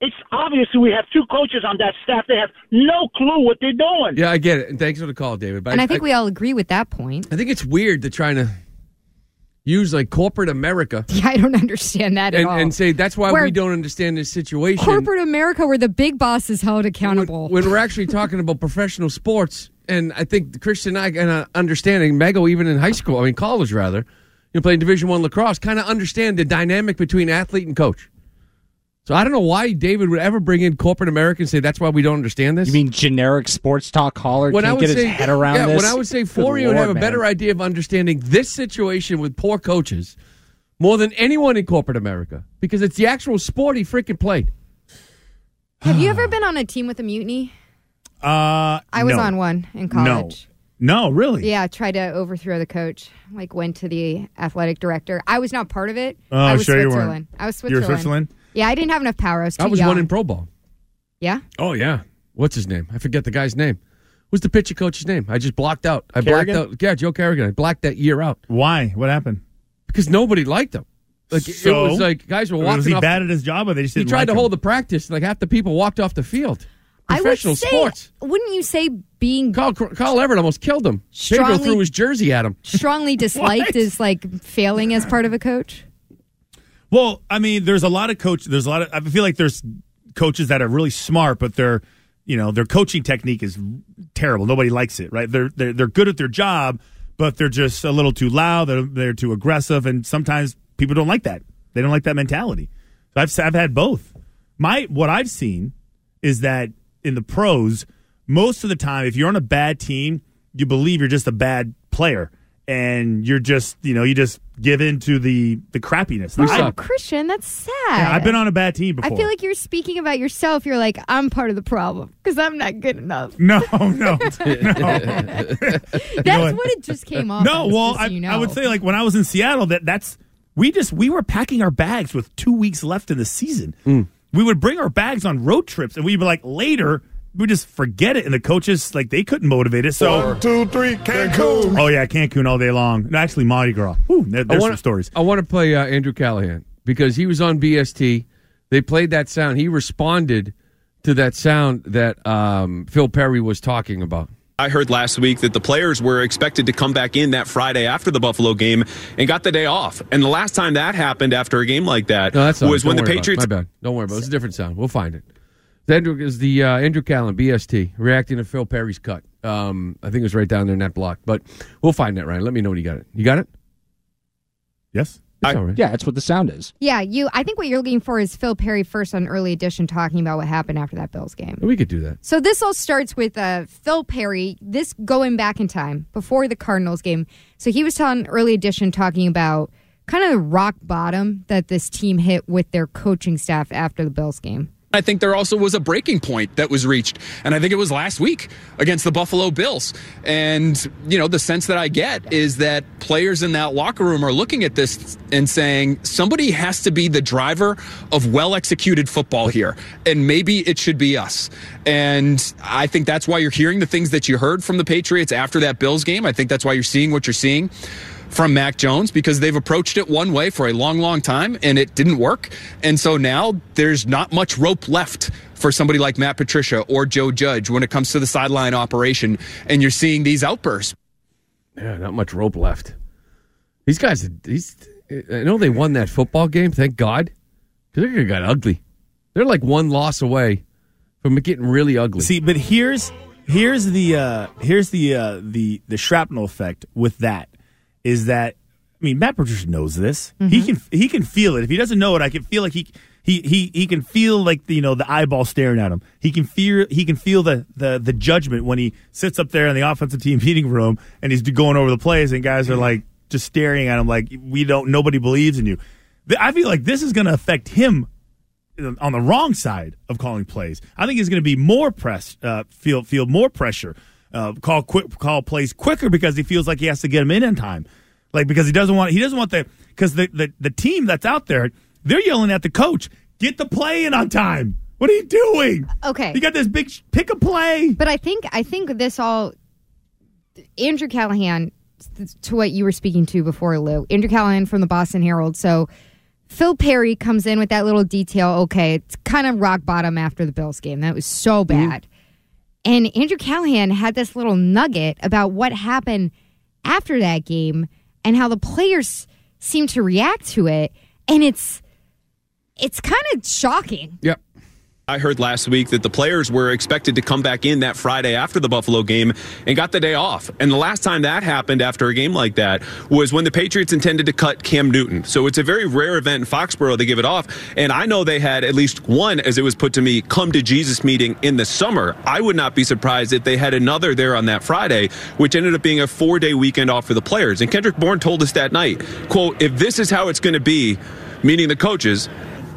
S10: it's obvious we have two coaches on that staff. They have no clue what they're doing.
S4: Yeah, I get it. And thanks for the call, David. But
S8: And I think we all agree with that point.
S4: I think it's weird they're trying to use like corporate America
S8: Yeah, I don't understand that at
S4: and,
S8: all.
S4: and say that's why
S8: Where
S4: we don't understand this situation.
S8: corporate America, where the big boss is held accountable.
S4: when we're actually talking about professional sports, and I think Christian and I kind of understanding Mego even in high school, I mean college rather, you know, playing Division One lacrosse, kind of understand the dynamic between athlete and coach. So I don't know why David would ever bring in corporate America and say that's why we don't understand this.
S7: You mean generic sports talk caller
S4: when
S7: can't
S4: I would
S7: get
S4: say
S7: his head around
S4: yeah,
S7: this?
S4: when I would say
S7: Good
S4: Fourier would
S7: Lord,
S4: have a
S7: man.
S4: better idea of understanding this situation with poor coaches more than anyone in corporate America because it's the actual sport he freaking played.
S8: Have you ever been on a team with a mutiny?
S5: Uh,
S8: I was
S5: no.
S8: on one in college.
S5: No. No, really?
S8: Yeah, tried to overthrow the coach. Like went to the athletic director. I was not part of it.
S5: Oh,
S8: I was
S5: sure you weren't.
S8: Switzerland. I was
S5: You were
S8: Switzerland.
S5: Switzerland?
S8: Yeah, I didn't have enough power. I was too
S4: I was
S8: young.
S4: one in Pro Bowl.
S8: yeah.
S4: Oh yeah. What's his name? I forget the guy's name. What's the pitcher coach's name? I just blocked out. I
S7: Kerrigan?
S4: blocked out. Yeah, Joe Kerrigan. I blocked that year out
S5: Why? What happened?
S4: because nobody liked him. Like
S5: So?
S4: it was like guys were
S5: Or was
S4: walking
S5: he
S4: off.
S5: bad at his job or they just
S4: he
S5: didn't
S4: tried
S5: like
S4: to
S5: him?
S4: hold the practice. Like half the people walked off the field.
S8: I would
S4: Professional
S8: say,
S4: sports.
S8: Wouldn't you say being
S4: Carl, Carl Everett almost killed him. Pedro
S8: Strongly-
S4: threw his jersey at him.
S8: strongly disliked is like failing as part of a coach?
S5: Well, I mean, there's a lot of coach. There's a lot of. I feel like there's coaches that are really smart, but their, you know, their coaching technique is terrible. Nobody likes it, right? They're they're they're good at their job, but they're just a little too loud. They're they're too aggressive, and sometimes people don't like that. They don't like that mentality. I've I've had both. My what I've seen is that in the pros, most of the time, if you're on a bad team, you believe you're just a bad player, and you're just you know you just give in to the the crappiness.
S8: We're
S5: I-
S8: so Oh, Christian. That's sad.
S5: yeah, I've been on a bad team
S8: I
S5: before.
S8: feel like you're speaking about yourself. You're like, I'm part of the problem because I'm not good enough.
S5: no, no,
S8: That's
S5: what?
S8: what? it just came off.
S5: no.
S8: as,
S5: Well,
S8: just so
S5: I,
S8: you
S5: I would
S8: know.
S5: say like when I was in Seattle, that that's we just we were packing our bags with two weeks left in the season.
S4: Mm.
S5: We would bring our bags on road trips, and we'd be like later. We just forget it, and the coaches like they couldn't motivate it. So
S11: two, three, Cancun.
S5: Oh yeah, Cancun all day long. No, actually, Mardi Gras. Ooh, there, there's
S4: I wanna,
S5: some stories.
S4: I want to play uh, Andrew Callahan because he was on BST. They played that sound. He responded to that sound that um, Phil Perry was talking about.
S3: I heard last week that the players were expected to come back in that Friday after the Buffalo game and got the day off. And the last time that happened after a game like that
S4: No, that's
S3: was when the Patriots.
S4: My bad. Don't worry about it. It's a different sound. We'll find it. The Andrew is the uh, Andrew Callen BST reacting to Phil Perry's cut. Um, I think it was right down there in that block, but we'll find that. Ryan, let me know when you got it. You got it?
S5: Yes.
S4: It's all right.
S7: Yeah, that's what the sound is.
S8: Yeah, you. I think what you're looking for is Phil Perry first on early edition talking about what happened after that Bills game.
S4: We could do that.
S8: So this all starts with uh, Phil Perry. This going back in time before the Cardinals game. So he was telling early edition talking about kind of the rock bottom that this team hit with their coaching staff after the Bills game.
S12: I think there also was a breaking point that was reached. And I think it was last week against the Buffalo Bills. And, you know, the sense that I get is that players in that locker room are looking at this and saying, somebody has to be the driver of well executed football here. And maybe it should be us. And I think that's why you're hearing the things that you heard from the Patriots after that Bills game. I think that's why you're seeing what you're seeing from Mac Jones because they've approached it one way for a long, long time and it didn't work. And so now there's not much rope left for somebody like Matt Patricia or Joe Judge when it comes to the sideline operation. And you're seeing these outbursts.
S4: Yeah, not much rope left. These guys, these, I know they won that football game, thank God, because they got ugly. They're like one loss away from it getting really ugly.
S5: See, but here's here's the uh, here's the uh, the the shrapnel effect with that is that I mean Matt Patricia knows this. He can he can feel it. If he doesn't know it, I can feel like he he he he can feel like the, you know the eyeball staring at him. He can fear he can feel the the the judgment when he sits up there in the offensive team meeting room and he's going over the plays and guys are like just staring at him like we don't nobody believes in you. Th- I feel like this is going to affect him on the wrong side of calling plays. I think he's going to be more press uh, feel feel more pressure, uh, call quick call plays quicker because he feels like he has to get them in in time, like because he doesn't want he doesn't want the because the, the the team that's out there they're yelling at the coach get the play in on time. What are you doing?
S8: Okay.
S5: you got this big sh- pick a play.
S8: But I think I think this all Andrew Callahan to what you were speaking to before, Lou. Andrew Callahan from the Boston Herald. So Phil Perry comes in with that little detail. Okay, it's kind of rock bottom after the Bills game. That was so bad. And Andrew Callahan had this little nugget about what happened after that game and how the players seem to react to it. And it's it's kind of shocking.
S4: Yep.
S3: I heard last week that the players were expected to come back in that Friday after the Buffalo game and got the day off. And the last time that happened after a game like that was when the Patriots intended to cut Cam Newton. So it's a very rare event in Foxborough they give it off. And I know they had at least one, as it was put to me, come to Jesus meeting in the summer. I would not be surprised if they had another there on that Friday, which ended up being a four day weekend off for the players. And Kendrick Bourne told us that night, quote, if this is how it's going to be, meaning the coaches,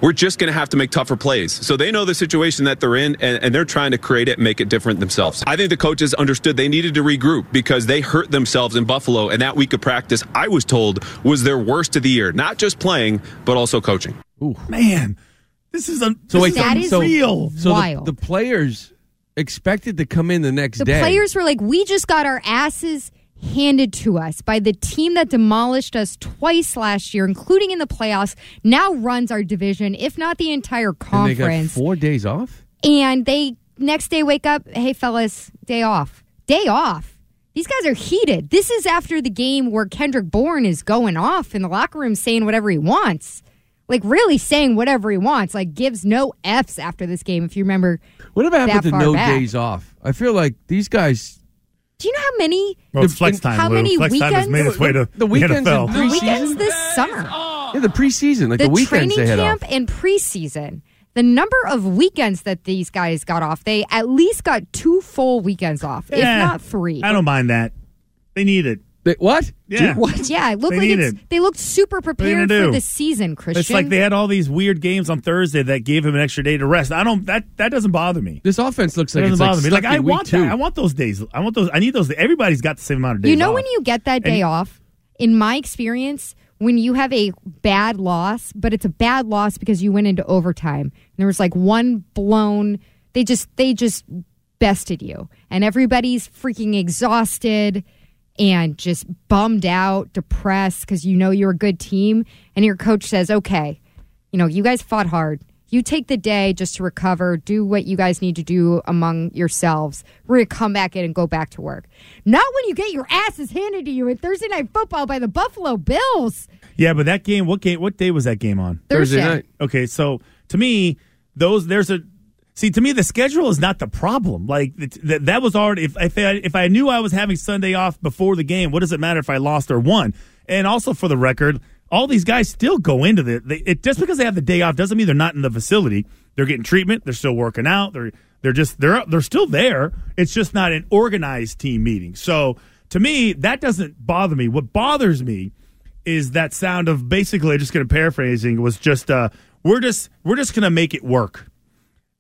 S3: we're just going to have to make tougher plays. So they know the situation that they're in, and, and they're trying to create it and make it different themselves. I think the coaches understood they needed to regroup because they hurt themselves in Buffalo, and that week of practice, I was told, was their worst of the year. Not just playing, but also coaching.
S5: Man, this is un-
S4: So wait,
S5: this
S8: That is
S5: is unreal.
S4: So
S8: Wild.
S4: The, the players expected to come in the next
S8: The
S4: day.
S8: players were like, we just got our asses handed to us by the team that demolished us twice last year, including in the playoffs, now runs our division, if not the entire
S4: and they got
S8: conference.
S4: four days off.
S8: And they next day wake up, hey, fellas, day off. Day off. These guys are heated. This is after the game where Kendrick Bourne is going off in the locker room saying whatever he wants. Like, really saying whatever he wants. Like, gives no F's after this game, if you remember.
S4: Whatever
S8: that
S4: happened to
S8: far
S4: no
S8: back.
S4: days off? I feel like these guys.
S8: Do you know how many
S5: Well, it's flex
S8: how
S5: time, Lou.
S8: many
S5: Flex time has
S8: weekends-
S5: made its way to
S4: The weekends
S5: NFL.
S4: in
S8: The
S4: preseason.
S8: weekends this summer.
S4: Yeah, the preseason, like the,
S8: the
S4: weekends they
S8: training
S4: had off.
S8: camp and preseason. The number of weekends that these guys got off, they at least got two full weekends off,
S5: Yeah.
S8: if not three.
S5: I don't mind that. They need it.
S4: what?
S5: Yeah.
S8: Yeah, it looked
S5: They
S8: like
S5: need
S8: it's,
S5: it.
S8: they looked super prepared
S5: do?
S8: for the season, Christian.
S5: It's like they had all these weird games on Thursday that gave him an extra day to rest. I don't that that doesn't bother me.
S4: This offense looks like
S5: doesn't
S4: it's
S5: bother
S4: like
S5: me. Like
S4: stuck
S5: I
S4: in week
S5: want that.
S4: two.
S5: I want those days. I want those. I need those. Everybody's got the same amount of days.
S8: You know
S5: off.
S8: when you get that day
S5: And-
S8: off? In my experience, when you have a bad loss, but it's a bad loss because you went into overtime. And there was like one blown they just they just bested you. And everybody's freaking exhausted and just bummed out, depressed cuz you know you're a good team and your coach says, "Okay, you know, you guys fought hard. You take the day just to recover, do what you guys need to do among yourselves. We're going to come back in and go back to work. Not when you get your asses handed to you in Thursday Night Football by the Buffalo Bills.
S5: Yeah, but that game. What game? What day was that game on?
S8: Thursday Thursday. night.
S5: Okay, so to me, those there's a see to me the schedule is not the problem. Like th- th- that was already if if I, if I knew I was having Sunday off before the game, what does it matter if I lost or won? And also for the record, all these guys still go into the they, it just because they have the day off doesn't mean they're not in the facility. They're getting treatment. They're still working out. They're they're just they're they're still there. It's just not an organized team meeting. So to me, that doesn't bother me. What bothers me is that sound of basically just going to paraphrasing was just uh we're just we're just going to make it work.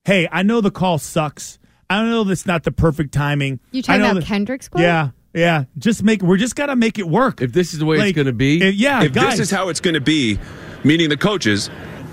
S5: Hey, I know the call sucks. I know that's not the perfect timing.
S8: You talking
S5: I know
S8: about
S5: that-
S8: Kendrick's quote?
S5: Yeah, yeah. Just make we're just got to make it work. If
S4: this is the way
S5: it's going to be, yeah,
S3: if
S5: guys.
S3: this is how it's going to be, meaning the coaches,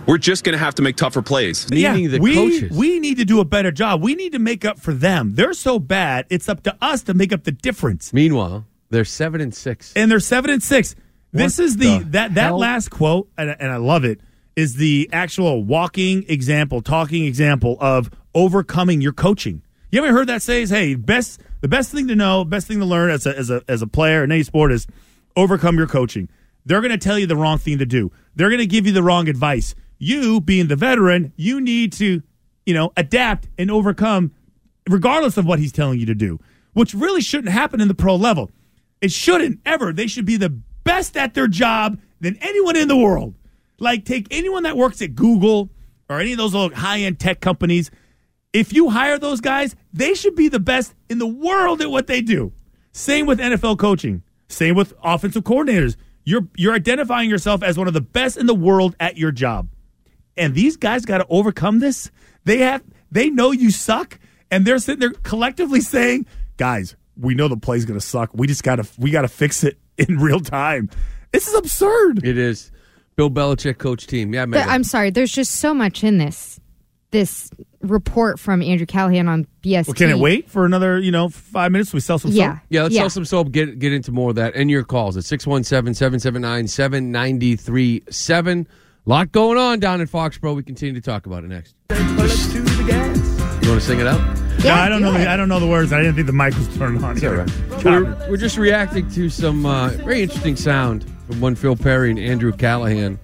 S3: we're just going to have to make tougher plays.
S5: yeah, we, We need to do a better job. We need to make up for them. They're so bad. It's up to us to make up the difference.
S4: Meanwhile, they're seven and six,
S5: and they're seven and six. this
S4: What
S5: is the,
S4: the
S5: that that
S4: hell?
S5: last quote, and, and I love it. Is the actual walking example, talking example of overcoming your coaching. You ever heard that say? Is hey, best the best thing to know, best thing to learn as a as a as a player in any sport is overcome your coaching. They're going to tell you the wrong thing to do. They're going to give you the wrong advice. You, being the veteran, you need to, you know, adapt and overcome, regardless of what he's telling you to do, which really shouldn't happen in the pro level. It shouldn't ever. They should be the best at their job than anyone in the world. Like, take anyone that works at Google or any of those little high end tech companies. If you hire those guys, they should be the best in the world at what they do. Same with NFL coaching. Same with offensive coordinators. You're you're identifying yourself as one of the best in the world at your job. And these guys got to overcome this. They have they know you suck and they're sitting there collectively saying, "Guys, we know the play's going to suck. We just got to we got to fix it in real time." This is absurd.
S4: It is. Bill Belichick coach team. Yeah,
S8: But
S4: man.
S8: I'm sorry, there's just so much in this this report from Andrew Callahan on BS.
S5: Well, can it wait for another, you know, 5 minutes we sell some
S8: Yeah.
S5: soap?
S4: Yeah, let's
S8: Yeah.
S4: sell some soap. Get get into more of that. And your calls at 617-779-7937. Lot going on down in Foxborough. We continue to talk about it next. You want to sing it out?
S5: No, I don't know the, I don't know the words. I didn't think the mic was turned on. either.
S4: We're, we're just reacting to some uh, very interesting sound from one Phil Perry and Andrew Callahan.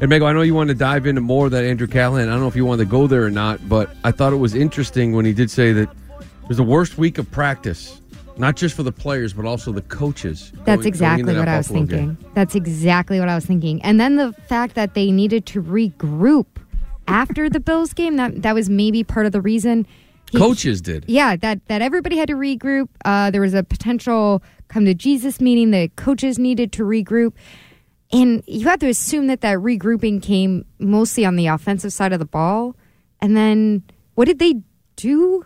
S4: And Megan, I know you want to dive into more of that Andrew Callahan. I don't know if you want to go there or not, but I thought it was interesting when he did say that it was the worst week of practice, not just for the players, but also the coaches. going- going
S8: That's
S4: into
S8: exactly
S4: that
S8: what I was
S4: Buffalo game.
S8: thinking. That's exactly what I was thinking. And then the fact that they needed to regroup after the Bills game, that that was maybe part of the reason. He-
S4: Coaches did.
S8: Yeah, that that everybody had to regroup. Uh, there was a potential come to Jesus meeting. The coaches needed to regroup, and you have to assume that that regrouping came mostly on the offensive side of the ball. And then what did they do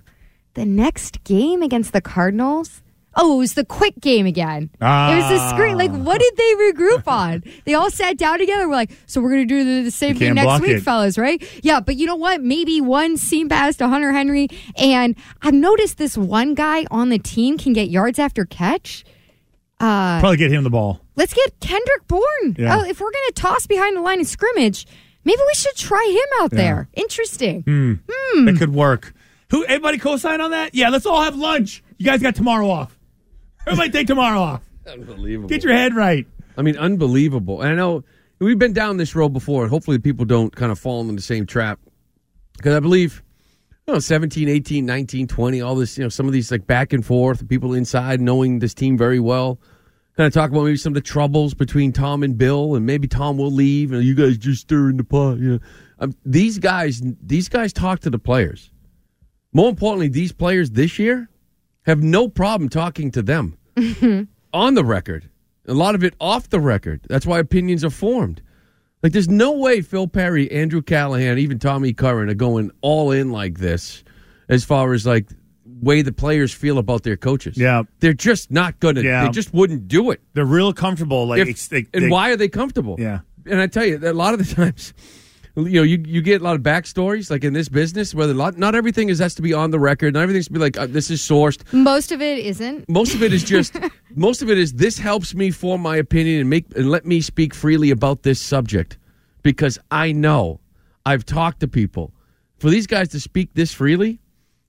S8: the next game against the Cardinals? Oh, it was the quick game again. It was the screen. Like, what did they regroup on? They all sat down together. We're like, so we're gonna do the, the same
S13: You
S8: thing
S13: can't
S8: next
S13: block
S8: week,
S13: it.
S8: fellas, right? Yeah, but you know what? Maybe one seam pass to Hunter Henry, and I've noticed this one guy on the team can get yards after catch. Uh,
S5: Probably get him the ball.
S8: Let's get Kendrick Bourne.
S5: Yeah.
S8: Oh, if we're gonna toss behind the line of scrimmage, maybe we should try him out
S5: Yeah.
S8: there. Interesting.
S5: Hmm. It could work. Who? Everybody co-sign on that? Yeah, let's all have lunch. You guys got tomorrow off. Everybody take tomorrow off.
S4: Unbelievable.
S5: Get your head right.
S4: I mean, unbelievable. And I know we've been down this road before, and hopefully people don't kind of fall into the same trap. Because I believe, you know, 17, 18, 19, 20, all this, you know, some of these like back and forth, people inside knowing this team very well. Kind of talk about maybe some of the troubles between Tom and Bill, and maybe Tom will leave, and you guys just stirring the pot. You know, um, these guys, these guys talk to the players. More importantly, these players this year have no problem talking to them on the record. A lot of it off the record. That's why opinions are formed. Like, there's no way Phil Perry, Andrew Callahan, even Tommy Curran are going all in like this as far as like way the players feel about their coaches.
S5: Yeah.
S4: They're just not going to,
S5: Yeah.
S4: they just wouldn't do it.
S5: They're real comfortable. Like,
S4: If-
S5: it's- they-
S4: and
S5: they-
S4: why are they comfortable?
S5: Yeah.
S4: And I tell you, that a lot of the times, you know, you, you get a lot of backstories, like in this business, where a lot, not everything is has to be on the record, not everything's to be like, uh, this is sourced.
S8: Most of it isn't.
S4: Most of it is just. most of it is this helps me form my opinion and make and let me speak freely about this subject because I know I've talked to people. For these guys to speak this freely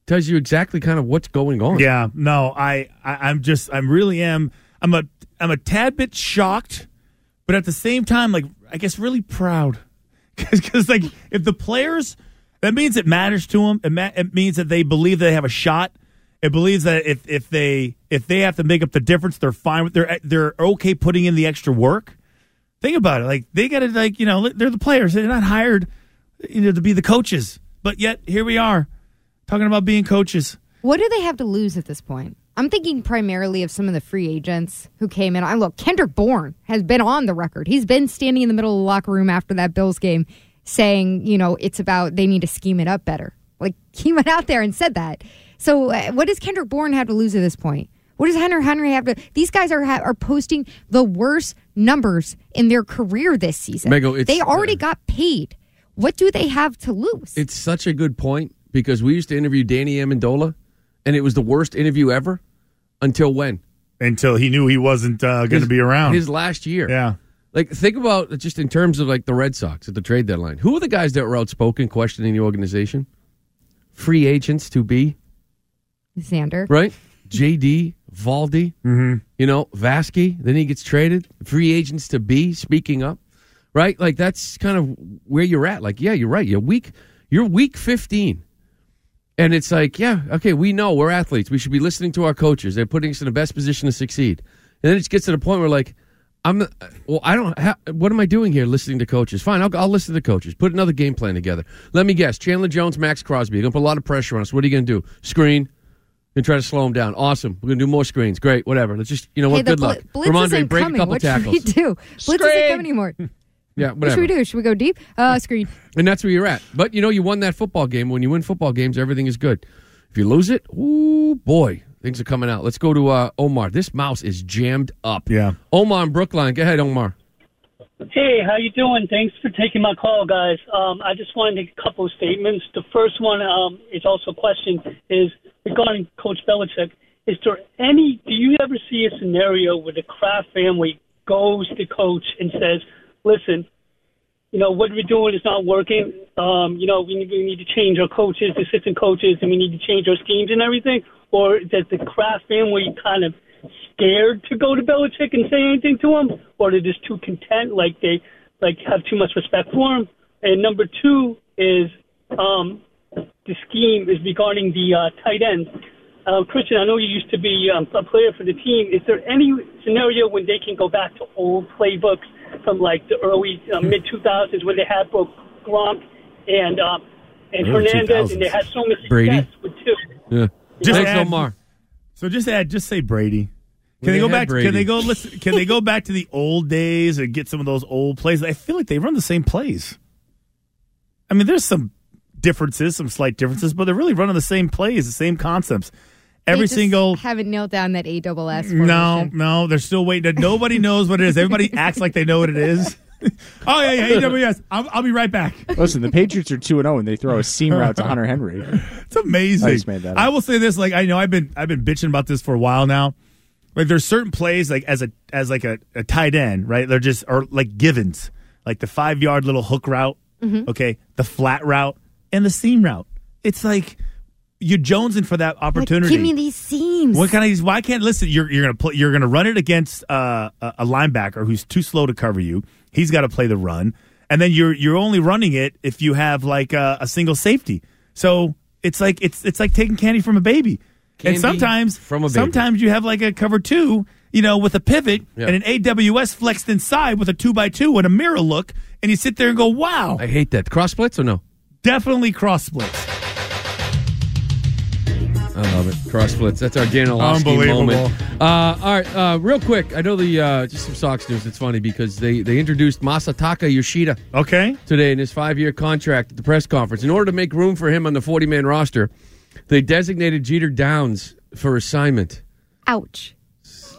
S4: tells you exactly kind of what's going on.
S5: Yeah, no, I, I I'm just I'm really am I'm a I'm a tad bit shocked, but at the same time, like I guess really proud because like if the players, that means it matters to them. It, ma- it means that they believe they have a shot. It believes that if if they if they have to make up the difference, they're fine with they're they're okay putting in the extra work. Think about it, like they got to like you know they're the players. They're not hired, you know, to be the coaches. But yet here we are talking about being coaches.
S8: What do they have to lose at this point? I'm thinking primarily of some of the free agents who came in. I look, Kendrick Bourne has been on the record. He's been standing in the middle of the locker room after that Bills game saying, you know, it's about they need to scheme it up better. Like he went out there and said that. So uh, what does Kendrick Bourne have to lose at this point? What does Hunter Henry have to? These guys are ha- are posting the worst numbers in their career this season.
S4: Mego, it's-
S8: they already got paid. What do they have to lose?
S4: It's such a good point because we used to interview Danny Amendola, and it was the worst interview ever until when?
S5: until he knew he wasn't uh, going to
S4: His-
S5: be around.
S4: His last year.
S5: Yeah.
S4: Like, think about just in terms of like the Red Sox at the trade deadline. Who are the guys that were outspoken questioning the organization? Free agents to be,
S8: Xander.
S4: right? JD, Valdi, mm-hmm. you know, Vasky. Then he gets traded. Free agents to be speaking up, right? Like, that's kind of where you're at. Like, yeah, you're right. You're week, you're week 15. And it's like, yeah, okay, we know we're athletes. We should be listening to our coaches. They're putting us in the best position to succeed. And then it gets to the point where, like, I'm, well, I don't, ha- what am I doing here listening to coaches? Fine, I'll, I'll listen to coaches. Put another game plan together. Let me guess Chandler Jones, Max Crosby. You're going to put a lot of pressure on us. What are you going to do? Screen. And try to slow him down. Awesome. We're gonna do more screens. Great. Whatever. Let's just you know
S8: Hey,
S4: what.
S8: the
S4: Good
S8: bl-
S4: luck.
S8: Blitz
S4: Ramondre,
S8: isn't
S4: break
S8: coming.
S4: a couple
S8: what
S4: tackles.
S8: should we do? Blitz isn't coming anymore.
S4: Yeah.
S8: What
S4: Whatever.
S8: should we do? Should we go deep? Uh, screen.
S4: And that's where you're at. But you know, you won that football game. When you win football games, everything is good. If you lose it, ooh boy, things are coming out. Let's go to uh, Omar. This mouse is jammed up. Yeah. Omar in Brookline. Go ahead, Omar.
S10: Hey, how you doing? Thanks for taking my call, guys. Um, I just wanted to make a couple of statements. The first one um, is also a question is regarding Coach Belichick. Is there any? Do you ever see a scenario where the Kraft family goes to Coach and says, "Listen, you know what we're doing is not working. Um, you know we need, we need to change our coaches, assistant coaches, and we need to change our schemes and everything." Or that the Kraft family kind of scared to go to Belichick and say anything to him, or they're just too content, like they like have too much respect for him. And number two is um, the scheme is regarding the uh, tight ends. Uh, Christian, I know you used to be um, a player for the team. Is there any scenario when they can go back to old playbooks from like the early uh,
S5: Hmm.
S10: mid 2000s when they had both Gronk and um, and
S5: Early
S10: Hernandez,
S5: 2000s.
S10: and they had so much
S5: Brady.
S10: success with two?
S4: Yeah.
S5: Just
S4: Thanks,
S5: add-
S4: Omar.
S5: So just add, just say Brady. Can
S4: When they
S5: they go
S4: had
S5: back?
S4: Brady.
S5: Can they go? Listen, can they go back to the old days and get some of those old plays? I feel like they run the same plays. I mean, there's some differences, some slight differences, but they're really running the same plays, the same concepts. Every
S8: They just
S5: single
S8: Haven't nailed down that A double S.
S5: no, no, they're still waiting. Nobody knows what it is. Everybody acts like they know what it is. oh yeah, yeah, AWS. I'll, I'll be right back.
S14: Listen, the Patriots are 2 0 and they throw a seam route to Hunter Henry.
S5: It's amazing.
S14: I just made that up.
S5: I will say this: like I know I've been I've been bitching about this for a while now. Like there's certain plays like as a as like a, a tight end, right? They're just are like givens, like the five yard little hook route,
S8: Mm-hmm.
S5: okay, the flat route, and the seam route. It's like you're jonesing for that opportunity.
S8: Give me these seams.
S5: What kind of? Why can't listen? You're you're gonna play. You're gonna run it against uh, a a linebacker who's too slow to cover you. He's got to play the run, and then you're you're only running it if you have like uh, a single safety. So it's like it's it's like taking candy from a baby.
S4: Candy
S5: and sometimes
S4: from a baby.
S5: sometimes you have like a cover two, you know, with a pivot and an AWS flexed inside with a two by two and a mirror look, and you sit there and go, wow. I
S4: hate that. Cross splits or no?
S5: Definitely cross splits.
S4: I love it. Cross splits. That's our Ganoloski
S5: Unbelievable.
S4: moment. Uh, all right, uh, real quick. I know the uh, just some Sox news. It's funny because they they introduced Masataka Yoshida.
S5: Okay.
S4: Today in his five year contract at the press conference, in order to make room for him on the forty man roster, they designated Jeter Downs for assignment.
S8: Ouch.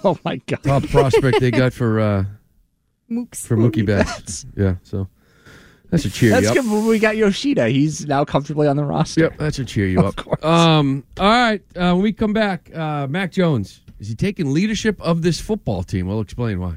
S7: Oh my god.
S4: Top prospect they got for uh,
S8: Mooks.
S4: for Mookie Betts. Yeah. So that's a cheer.
S7: That's
S4: you up.
S7: good. but We got Yoshida. He's now comfortably on the roster. Yep,
S4: that should cheer you up. Um, all right. Uh, when we come back, uh, Mac Jones, is he taking leadership of this football team? We'll explain why.